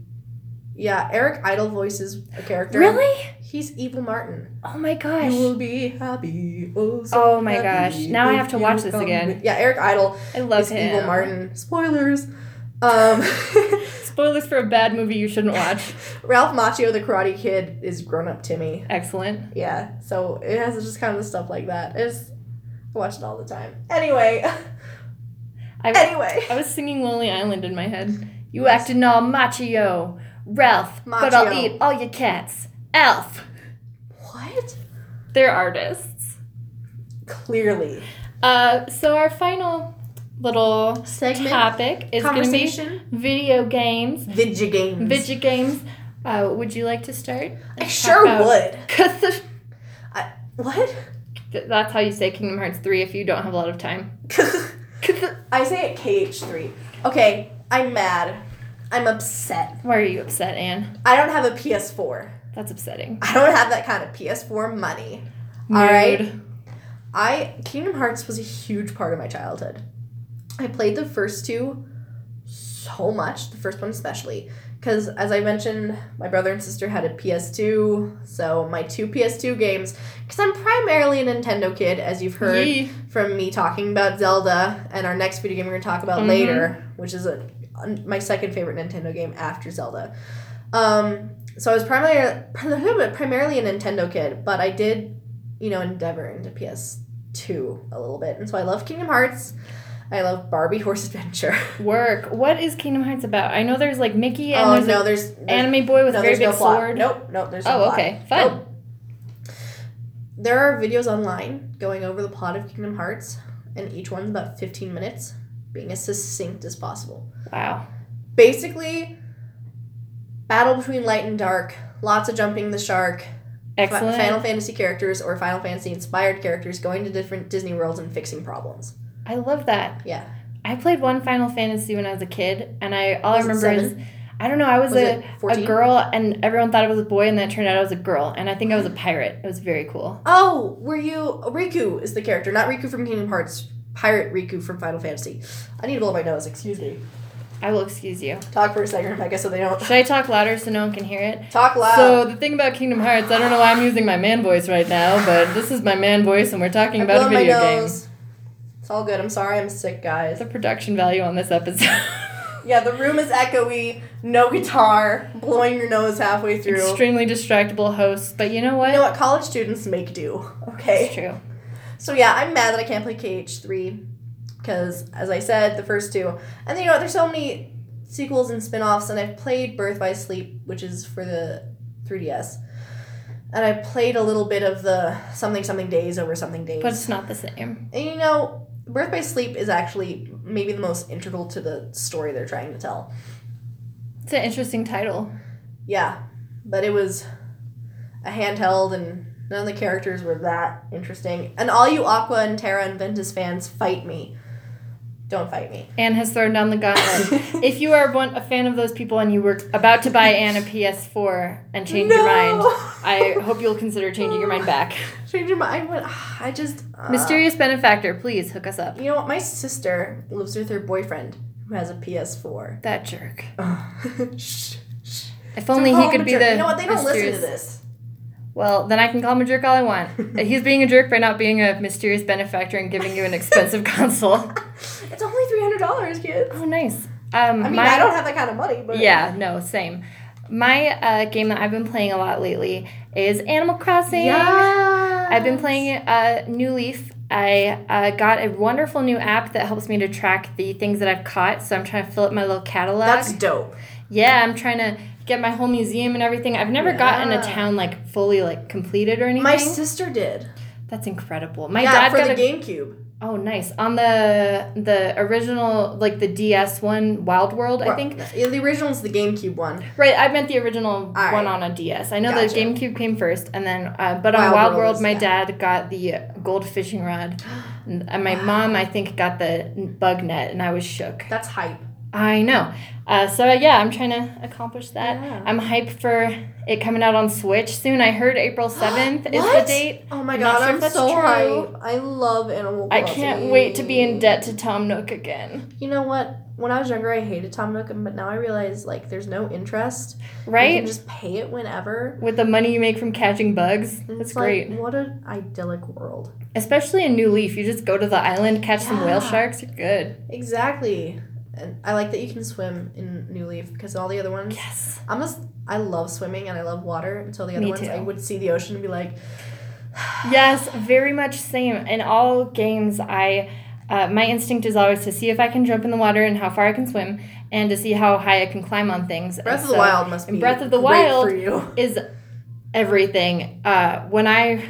S1: Yeah, Eric Idle voices a character.
S2: Really?
S1: He's Evil Martin.
S2: Oh my gosh.
S1: be happy. Oh,
S2: Oh my gosh. Now I have to watch this again.
S1: Yeah, Eric Idle
S2: I love
S1: is
S2: him.
S1: Evil Martin. Spoilers. Um,
S2: Spoilers for a bad movie you shouldn't watch.
S1: Ralph Macchio, the Karate Kid, is grown up Timmy.
S2: Excellent.
S1: Yeah, so it has just kind of stuff like that. It's I watch it all the time. Anyway,
S2: I,
S1: anyway.
S2: I was singing Lonely Island in my head. You acting all macho, Ralph, but I'll
S1: Macho.
S2: eat all your cats. Alf.
S1: What?
S2: They're artists.
S1: Clearly.
S2: Uh, so our final little
S1: Segment.
S2: topic is going to be
S1: conversation.
S2: video games.
S1: Video games.
S2: Video games. Uh, would you like to start?
S1: I sure would.
S2: Because
S1: What?
S2: that's how you say Kingdom Hearts 3 if you don't have a lot of time.
S1: I say it KH3. Okay, I'm mad. I'm upset.
S2: Why are you upset, Anne?
S1: I don't have a PS4.
S2: That's upsetting.
S1: I don't have that kind of PS4 money.
S2: Mood.
S1: All right. I Kingdom Hearts was a huge part of my childhood. I played the first two so much, the first one especially, because as I mentioned, my brother and sister had a PS2, so my two PS2 games. Because I'm primarily a Nintendo kid, as you've heard.
S2: Yee.
S1: from me talking about Zelda and our next video game we're going to talk about
S2: Mhm.
S1: later, which is a, my second favorite Nintendo game after Zelda. Um, so I was primarily primarily a Nintendo kid, but I did, you know, endeavor into PS2 a little bit, and so I love Kingdom Hearts. I love Barbie Horse Adventure.
S2: Work. What is Kingdom Hearts about? I know there's like Mickey and
S1: oh
S2: there's
S1: no,
S2: an
S1: there's, there's
S2: anime boy with
S1: no,
S2: a very
S1: there's
S2: big
S1: no plot.
S2: sword.
S1: Nope, nope, there's no
S2: Oh,
S1: plot.
S2: okay. Fun.
S1: Nope. there are videos online going over the plot of Kingdom Hearts, and each one's about 15 minutes, being as succinct as possible.
S2: Wow.
S1: Basically, battle between light and dark, lots of jumping the shark, fi-
S2: Excellent.
S1: Final Fantasy characters or Final Fantasy inspired characters going to different Disney worlds and fixing problems.
S2: I love that.
S1: Yeah.
S2: I played one Final Fantasy when I was a kid, and I all
S1: Was
S2: I
S1: it
S2: remember is I don't know. I was,
S1: Was
S2: a
S1: it 14?
S2: a girl, and everyone thought I was a boy, and that turned out I was a girl, and I think I was a pirate. It was very cool.
S1: Oh, were you Riku is the character, not Riku from Kingdom Hearts, Pirate Riku from Final Fantasy. I need to blow my nose, excuse me.
S2: I will excuse you.
S1: Talk for a second, Rebecca, so they don't
S2: Should I talk louder so no one can hear it?
S1: talk loud.
S2: So the thing about Kingdom Hearts, I don't know why I'm using my man voice right now, but this is my man voice, and we're talking
S1: I
S2: about a
S1: blow my
S2: video game.
S1: nose. It's all good. I'm sorry I'm sick, guys.
S2: The production value on this episode.
S1: Yeah, the room is echoey, no guitar, blowing your nose halfway through.
S2: Extremely distractible hosts, but you know what?
S1: You know what college students make do, okay?
S2: It's true.
S1: So yeah, I'm mad that I can't play KH3 because, as I said, the first two. And then, you know what? There's so many sequels and spin-offs, and I've played Birth by Sleep, which is for the 3DS. And I played a little bit of the something something days over something days.
S2: But it's not the same.
S1: and you know, Birth by Sleep is actually maybe the most integral to the story they're trying to tell.
S2: It's an interesting title.
S1: Yeah, but it was a handheld, and none of the characters were that interesting. And all you Aqua and Terra and Ventus fans, fight me. Don't fight me.
S2: Anne has thrown down the gauntlet. if you are one, a fan of those people and you were about to buy Anne a PS4 and change your mind, I hope you'll consider changing your mind back.
S1: Change your mind. What? I just. Uh,
S2: Mysterious benefactor, please hook us up.
S1: You know what? My sister lives with her boyfriend who has a PS4.
S2: That jerk.
S1: Shh.
S2: If only he
S1: Call him
S2: could
S1: a
S2: be
S1: jerk.
S2: the.
S1: You know what? They don't listen to
S2: mysterious-
S1: this.
S2: Well, then I can call him a jerk all I want. He's being a jerk by not being a mysterious benefactor and giving you an expensive console.
S1: It's only three hundred dollars, kids.
S2: Oh, nice.
S1: I
S2: Um,
S1: mean,
S2: my,
S1: I don't have that kind of money, but
S2: Yeah, no, same. My uh, game that I've been playing a lot lately is Animal Crossing.
S1: yeah.
S2: I've been playing uh, New Leaf. I uh, got a wonderful new app that helps me to track the things that I've caught. So I'm trying to fill up my little catalog.
S1: That's dope.
S2: yeah, I'm trying to get my whole museum and everything. I've never gotten a
S1: Yeah.
S2: town like fully like completed or anything.
S1: My sister did.
S2: That's incredible. My
S1: yeah,
S2: dad
S1: for
S2: got
S1: the
S2: a
S1: GameCube.
S2: Oh, nice. On the the original, like the DS one, Wild World, I
S1: Well,
S2: think.
S1: yeah, the original's the GameCube one.
S2: Right, I meant the original
S1: right.
S2: one on a DS. I know
S1: Gotcha.
S2: the GameCube came first, and then, uh, but on
S1: Wild
S2: Wild
S1: World
S2: World,
S1: is-
S2: my
S1: yeah.
S2: dad got the gold fishing rod, and and my mom, I think, got the bug net, and I was shook.
S1: That's hype.
S2: I know. Uh, so yeah, I'm trying to accomplish that.
S1: Yeah.
S2: I'm hyped for it coming out on Switch soon. I heard April seventh is the
S1: What?
S2: date.
S1: Oh my
S2: I'm
S1: god,
S2: not sure if
S1: I'm
S2: that's
S1: so
S2: true.
S1: hype. I love Animal
S2: I
S1: Crossing.
S2: can't wait to be in debt to Tom Nook again.
S1: You know what? When I was younger, I hated Tom Nook, but now I realize like there's no interest. You
S2: Right?
S1: can just pay it whenever.
S2: with the money you make from catching bugs.
S1: And
S2: That's
S1: it's like,
S2: great.
S1: What an idyllic world.
S2: Especially in New Leaf, you just go to the island, catch some whale
S1: Yeah.
S2: sharks, you're good.
S1: Exactly. And I like that you can swim in New Leaf because all the other ones.
S2: Yes.
S1: I'm just. I love swimming and I love water. And so the other
S2: Me
S1: ones, I
S2: too.
S1: would see the ocean and be like,
S2: Yes, very much same. In all games, I uh, my instinct is always to see if I can jump in the water and how far I can swim, and to see how high I can climb on things. And
S1: Breath of the
S2: so
S1: Wild must
S2: and
S1: be
S2: Breath of the
S1: great
S2: Wild-
S1: for you.
S2: is everything. Uh, when I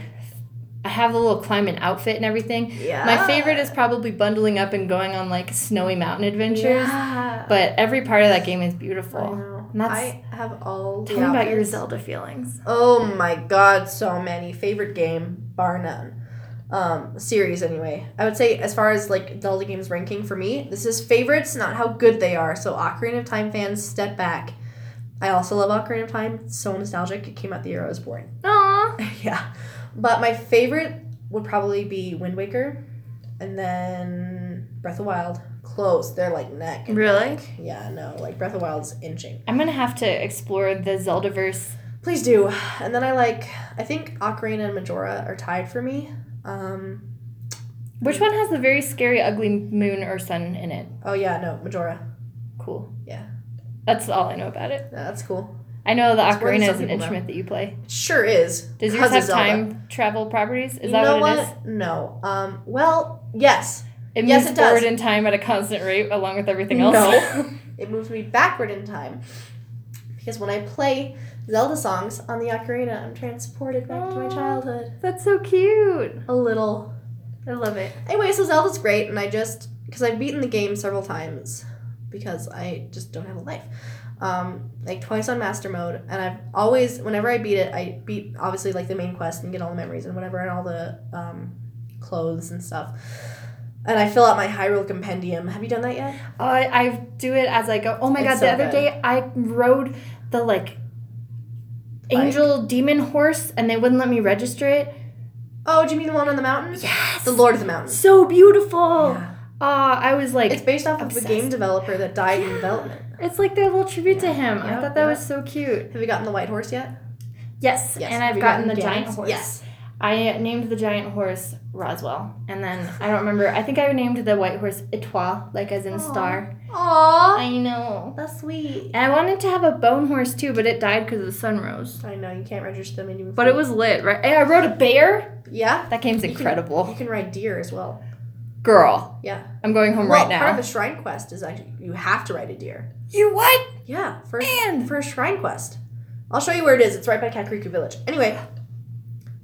S2: I have a little climbing outfit and everything.
S1: Yeah.
S2: My favorite is probably bundling up and going on like snowy mountain adventures.
S1: Yeah.
S2: But every part of that game is
S1: I
S2: beautiful.
S1: know.
S2: And that's-
S1: I have all. the
S2: Tell me about your
S1: outfits.
S2: Zelda feelings.
S1: Oh my god, so many favorite game bar none. Um, series anyway. I would say as far as like Zelda games ranking for me, this is favorites, not how good they are. So Ocarina of Time fans, step back. I also love Ocarina of Time. It's so nostalgic. It came out the year I was born.
S2: Aww.
S1: yeah, but my favorite would probably be Wind Waker, and then Breath of the Wild. Close. They're like neck. and
S2: Really?
S1: neck. Yeah. No. Like Breath of the Wild's inching.
S2: I'm gonna have to explore the Zeldaverse.
S1: Please do. And then I like, I think Ocarina and Majora are tied for me. Um,
S2: Which one has the very scary, ugly moon or sun in it?
S1: oh yeah, no, Majora.
S2: Cool.
S1: Yeah.
S2: That's all I know about it.
S1: No, that's cool.
S2: I know the
S1: It's one that
S2: ocarina
S1: some
S2: is an
S1: people know.
S2: instrument that you play.
S1: It sure is.
S2: Does
S1: 'cause
S2: yours
S1: of
S2: have
S1: Zelda.
S2: time travel properties? Is
S1: you
S2: that
S1: know
S2: what it
S1: what?
S2: is?
S1: No. Um, well, yes.
S2: It
S1: Yes,
S2: moves
S1: it does.
S2: forward in time at a constant rate along with everything else.
S1: No. It moves me backward in time because when I play Zelda songs on the ocarina, I'm transported back to my
S2: Aw.
S1: childhood
S2: That's so cute.
S1: a little.
S2: I love it.
S1: Anyway, so Zelda's great, and I just because I've beaten the game several times because I just don't have a life. Um, like twice on master mode, and I've always whenever I beat it, I beat obviously like the main quest and get all the memories and whatever and all the um, clothes and stuff. And I fill out my Hyrule compendium. Have you done that yet?
S2: Oh, I, I do it as I go. Oh my
S1: It's
S2: god!
S1: so
S2: the other
S1: good.
S2: day I rode the like
S1: Bike.
S2: angel demon horse, and they wouldn't let me register it.
S1: Oh, do you mean the one on the mountain?
S2: Yes,
S1: The Lord of the Mountains.
S2: so beautiful.
S1: Yeah.
S2: Ah, I was like,
S1: It's
S2: it's,
S1: based off of
S2: obsessed.
S1: a game developer that died in
S2: Yeah.
S1: development.
S2: like their little tribute to
S1: Yeah.
S2: him. I
S1: Yeah,
S2: thought that
S1: yeah.
S2: was so cute.
S1: Have you gotten the white horse yet?
S2: Yes, and
S1: Have
S2: I've
S1: you
S2: gotten, the
S1: Ganon's?
S2: giant horse.
S1: Yes.
S2: I named the giant horse Roswell, and then I don't remember. I think I named the white horse Etoile, like as in
S1: Aw.
S2: star.
S1: Aww.
S2: I know.
S1: That's sweet.
S2: And I wanted to have a bone horse too, but it died because of the sunrose.
S1: I know you can't register them anymore.
S2: But it was lit, right? Hey, I rode a bear.
S1: yeah.
S2: That game's
S1: You can- You
S2: incredible,
S1: can ride deer as well.
S2: girl.
S1: Yeah.
S2: I'm going home
S1: well,
S2: right
S1: part of
S2: now.
S1: the shrine quest is actually you have to ride a deer.
S2: you what?
S1: Yeah. First
S2: Man.
S1: first shrine quest. I'll show you where it is. It's right by Kakriku Village. Anyway,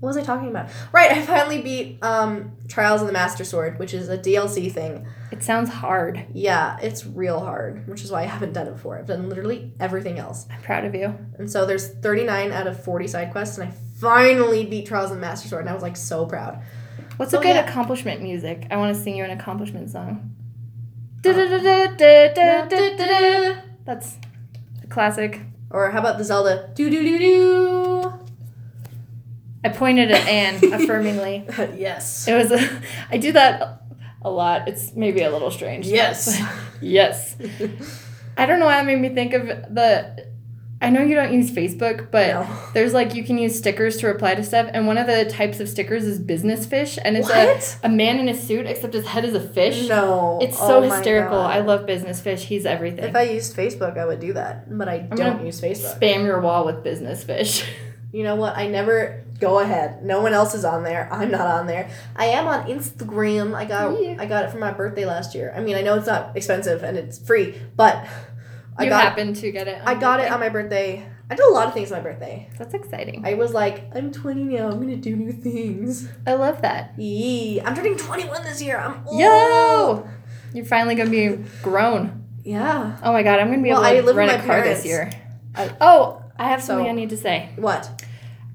S1: what was I talking about? Right, I finally beat um, Trials of the Master Sword, which is a DLC thing.
S2: It sounds hard.
S1: Yeah, it's real hard, which is why I haven't done it before. I've done literally everything else.
S2: I'm proud of you.
S1: And so there's 39 out of 40 side quests, and I finally beat Trials and Master Sword, and I was like so proud.
S2: What's
S1: Oh,
S2: a good
S1: yeah.
S2: accomplishment music? I want to sing you an accomplishment song.
S1: Uh,
S2: Du-du-du-du-du-du-du-du. That's a classic.
S1: Or how about the Zelda do do do do?
S2: I pointed at Anne affirmingly.
S1: Yes.
S2: It was a, I do that a lot. It's maybe a little strange.
S1: Yes.
S2: Yes. I don't know why that made me think of the. I know you don't use Facebook, but
S1: No.
S2: there's like you can use stickers to reply to stuff, and one of the types of stickers is business fish, and it's
S1: What?
S2: a a man in a suit except his head is a fish.
S1: no.
S2: It's so
S1: Oh my
S2: hysterical.
S1: God.
S2: I love business fish. He's everything.
S1: If I used Facebook, I would do that, but I don't
S2: gonna
S1: use Facebook.
S2: Spam your wall with business fish.
S1: You know what? I never go ahead. No one else is on there. I'm not on there. I am on Instagram. I got
S2: Yeah.
S1: I got it for my birthday last year. I mean, I know it's not expensive and it's free, but I
S2: you
S1: got
S2: happen to get it. on
S1: I got it
S2: birthday.
S1: on my birthday. I did a lot of things on my birthday.
S2: That's exciting.
S1: I was like, I'm 20 now. I'm gonna do new things.
S2: I love that.
S1: Yee. I'm turning 21 this year. I'm old.
S2: Yo, you're finally gonna be grown.
S1: Yeah.
S2: Oh my god, I'm gonna be
S1: Well, I
S2: able to
S1: live with
S2: rent a
S1: my
S2: car
S1: parents.
S2: this year.
S1: I-
S2: oh, I have something
S1: So-
S2: I need to say.
S1: What?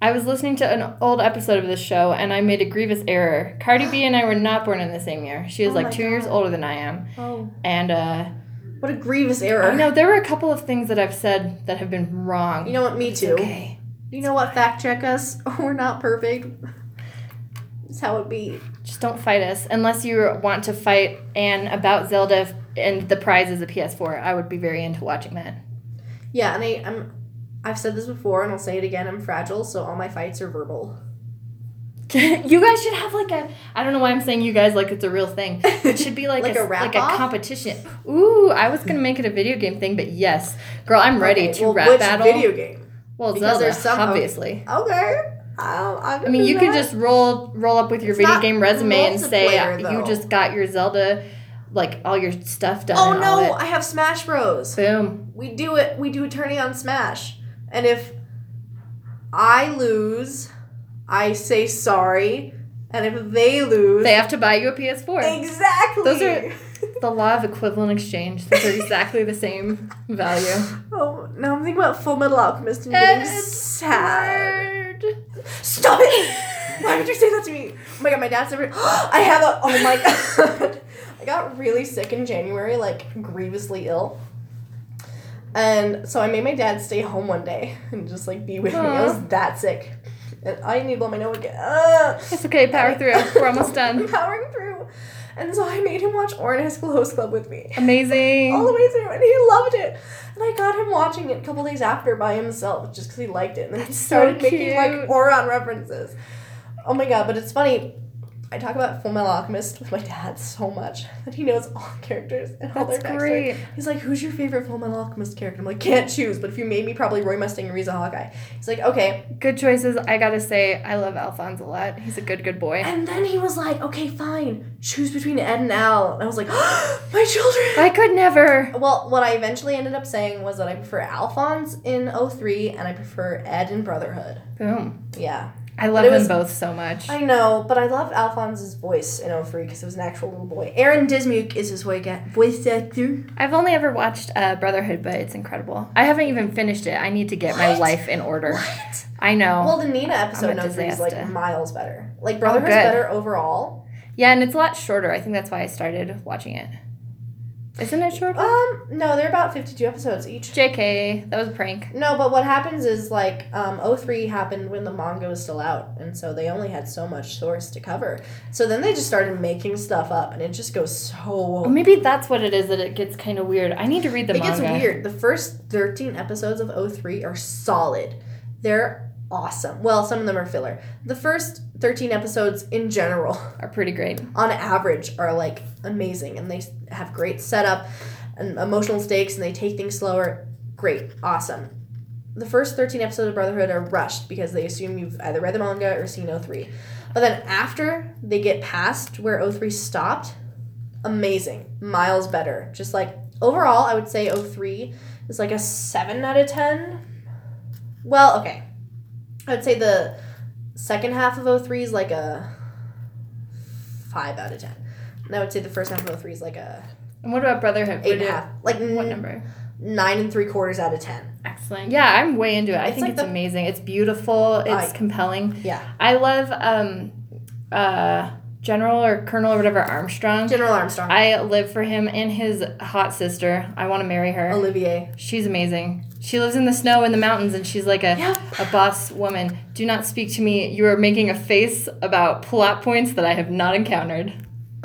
S2: I was listening to an old episode of this show and I made a grievous error. Cardi B and I were not born in the same year. She is
S1: Oh my
S2: like two years
S1: God.
S2: older than I am.
S1: Oh.
S2: And uh,
S1: What a grievous error.
S2: I know there were a couple of things that I've said that have been wrong.
S1: You know what? Me
S2: It's
S1: too.
S2: okay.
S1: You know what? Fact check us. We're not perfect. It's how it be.
S2: Just don't fight us. Unless you want to fight Anne about Zelda and the prize is a PS4. I would be very into watching that.
S1: Yeah, and I, I'm. I've said this before, and I'll say it again. I'm fragile, so all my fights are verbal.
S2: you guys should have like a I don't know why I'm saying you guys like it's a real thing. It should be like,
S1: Like
S2: a,
S1: a
S2: like
S1: rap-off?
S2: a competition. Ooh, I was gonna make it a video game thing, but yes, girl, I'm ready
S1: Okay,
S2: to
S1: well,
S2: rap
S1: which
S2: battle.
S1: video game?
S2: well,
S1: because
S2: Zelda,
S1: there's some- oh.
S2: obviously.
S1: Okay. I'll, i
S2: I mean, you can just roll roll up with your
S1: It's
S2: video
S1: not
S2: game resume and say
S1: multiplayer, though.
S2: you just got your Zelda, like all your stuff done.
S1: Oh
S2: and all
S1: no!
S2: that.
S1: I have Smash Bros.
S2: Boom.
S1: We do it. We do a tourney on Smash, and if I lose, I say sorry, and if they lose,
S2: They have to buy you a PS4.
S1: exactly.
S2: Those are- The law of equivalent exchange. Those are exactly the same value.
S1: Oh, now I'm thinking about Full Metal Alchemist
S2: Eh,
S1: and getting sad.
S2: Nerd.
S1: Stop it! Why would you say that to me? Oh my god, my dad's never. I have a. Oh my god. I got really sick in January, like grievously ill. And so I made my dad stay home one day and just like be with me. I was
S2: Aw.
S1: that sick. And I need to blow my nose again. Ugh.
S2: It's okay. Power through. We're almost
S1: I'm
S2: done.
S1: powering through. And so I made him watch Orange School Host Club with me all
S2: Amazing.
S1: the way through, and he loved it. And I got him watching it a couple days after by himself, just because he liked it. And then he
S2: That's so
S1: started making like
S2: cute.
S1: Oron references. Oh my god! But it's funny. I talk about Full Metal Alchemist with my dad so much that he knows all the characters and all
S2: That's
S1: their backstory.
S2: great.
S1: He's like, "Who's your favorite Full Metal Alchemist character?" I'm like, "Can't choose, but if you made me, probably Roy Mustang and Reza Hawkeye." He's like, "Okay,
S2: Good choices. I gotta say, I love Alphonse a lot. He's a good, good boy.
S1: And then he was like, okay, fine, choose between Ed and Al. And I was like, my children.
S2: I could never.
S1: well, what I eventually ended up saying was that I prefer Alphonse in 03 and I prefer Ed in Brotherhood.
S2: Boom.
S1: Yeah.
S2: I love
S1: it
S2: them
S1: was-
S2: both so much.
S1: I know, but I loved Alphonse's voice in 03 because it was an actual little boy. Aaron Dismuke is his voice act- voice actor.
S2: I've only ever watched uh, Brotherhood, but it's incredible. I haven't even finished it. I need to get my
S1: What?
S2: life in order.
S1: What?
S2: I know.
S1: Well, the Nina episode
S2: I'm a
S1: in 03 is like
S2: disaster. Oh,
S1: miles better. Like, Brotherhood's
S2: good.
S1: better overall.
S2: yeah, and it's a lot shorter. I think that's why I started watching it. Isn't it shorter?
S1: Um, no, they're about 52 episodes each.
S2: JK, that was a prank.
S1: No, but what happens is like um, 03 happened when the manga was still out, and so they only had so much source to cover. So then they just started making stuff up, and it just goes so.
S2: Well, maybe that's what it is that it gets kind of weird. I need to read the
S1: it
S2: manga.
S1: gets weird. The first 13 episodes of 03 are solid. They're awesome. Well, some of them are filler. The first 13 episodes in general,
S2: Are pretty great.
S1: on average, are like amazing, and they have great setup and emotional stakes, and they take things slower. Great, awesome. the first 13 episodes of Brotherhood are rushed because they assume you've either read the manga or seen 03. But then after they get past where 03 stopped, amazing. Miles better. Just like overall, I would say 03 is like a 7 out of 10. Well, okay. I would say the second half of 03 is like a 5 out of 10. And I would say the first half of 03 is like a
S2: And what about Brotherhood? What
S1: 8 and a
S2: do-
S1: half. Like
S2: What
S1: n-
S2: number?
S1: 9 and 3 quarters out of 10.
S2: Excellent. Yeah, I'm way into it. I
S1: It's
S2: think
S1: like
S2: it's
S1: the-
S2: amazing. It's beautiful. It's
S1: I-
S2: compelling.
S1: Yeah.
S2: I love um, uh, General or Colonel or whatever Armstrong.
S1: General Armstrong.
S2: I live for him and his hot sister. I want to marry
S1: Oh.
S2: her.
S1: Olivier.
S2: She's amazing. She lives in the snow in the mountains and she's like a,
S1: Yeah.
S2: a boss woman. Do not speak to me. You are making a face about plot points that I have not encountered.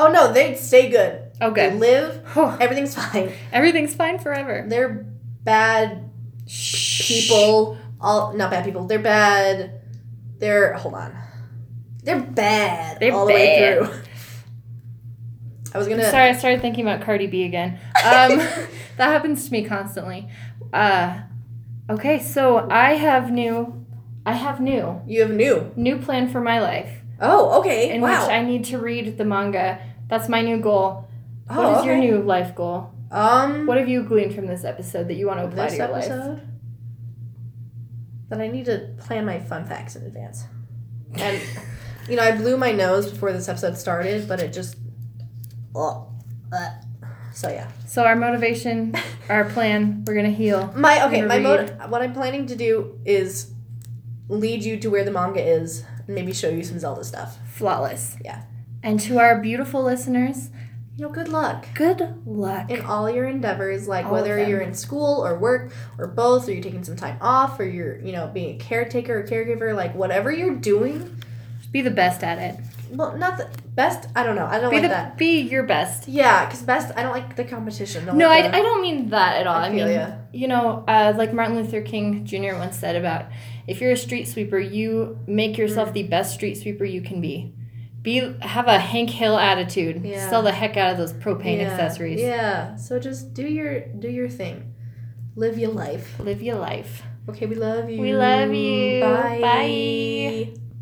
S1: Oh no, they stay good.
S2: Oh,
S1: They
S2: good.
S1: live.
S2: Oh,
S1: Everything's fine.
S2: everything's fine forever.
S1: They're bad people.
S2: People.
S1: All not bad people. They're bad. They're hold on. They're bad
S2: They're
S1: all the way
S2: bad.
S1: through. I was gonna.
S2: Sorry, I started thinking about Cardi B again. Um, that happens to me constantly. Uh, okay, so I have new, I have new,
S1: You have new.
S2: new plan for my life
S1: Oh, okay.
S2: in
S1: wow.
S2: which I need to read the manga. That's my new goal.
S1: oh,
S2: what is your
S1: okay.
S2: new life goal?
S1: Um.
S2: What have you gleaned from this episode that you want to apply
S1: this
S2: to your life?
S1: episode? That I need to plan my fun facts in advance. And you know, I blew my nose before this episode started, but it just. Oh, uh, so yeah.
S2: So our motivation, our plan, we're gonna heal.
S1: My okay, my
S2: Gonna
S1: mode. What I'm planning to do is lead you to where the manga is, and maybe show you some Zelda stuff.
S2: Flawless.
S1: Yeah.
S2: And to our beautiful listeners,
S1: You know, good luck
S2: good luck.
S1: in all your endeavors, like
S2: All of
S1: whether
S2: them.
S1: you're in school or work or both, or you're taking some time off, or you're you know being a caretaker or caregiver, like whatever you're doing.
S2: Be the best at it.
S1: Well, not the best. I don't know. I don't
S2: Be
S1: like
S2: the
S1: that.
S2: be your best.
S1: Yeah, because best. I don't like the competition. Don't
S2: No, I,
S1: like the-
S2: I don't mean that at all.
S1: I
S2: I,
S1: feel
S2: mean,
S1: ya.
S2: you know, uh, like Martin Luther King Jr. once said about if you're a street sweeper, you make
S1: Mm.
S2: yourself the best street sweeper you can be. Be have a Hank Hill attitude.
S1: Yeah.
S2: Sell the heck out of those propane
S1: yeah,
S2: accessories.
S1: Yeah. So just do your do your thing. Live your life.
S2: Live your life.
S1: Okay, we love you.
S2: We love you.
S1: Bye.
S2: Bye.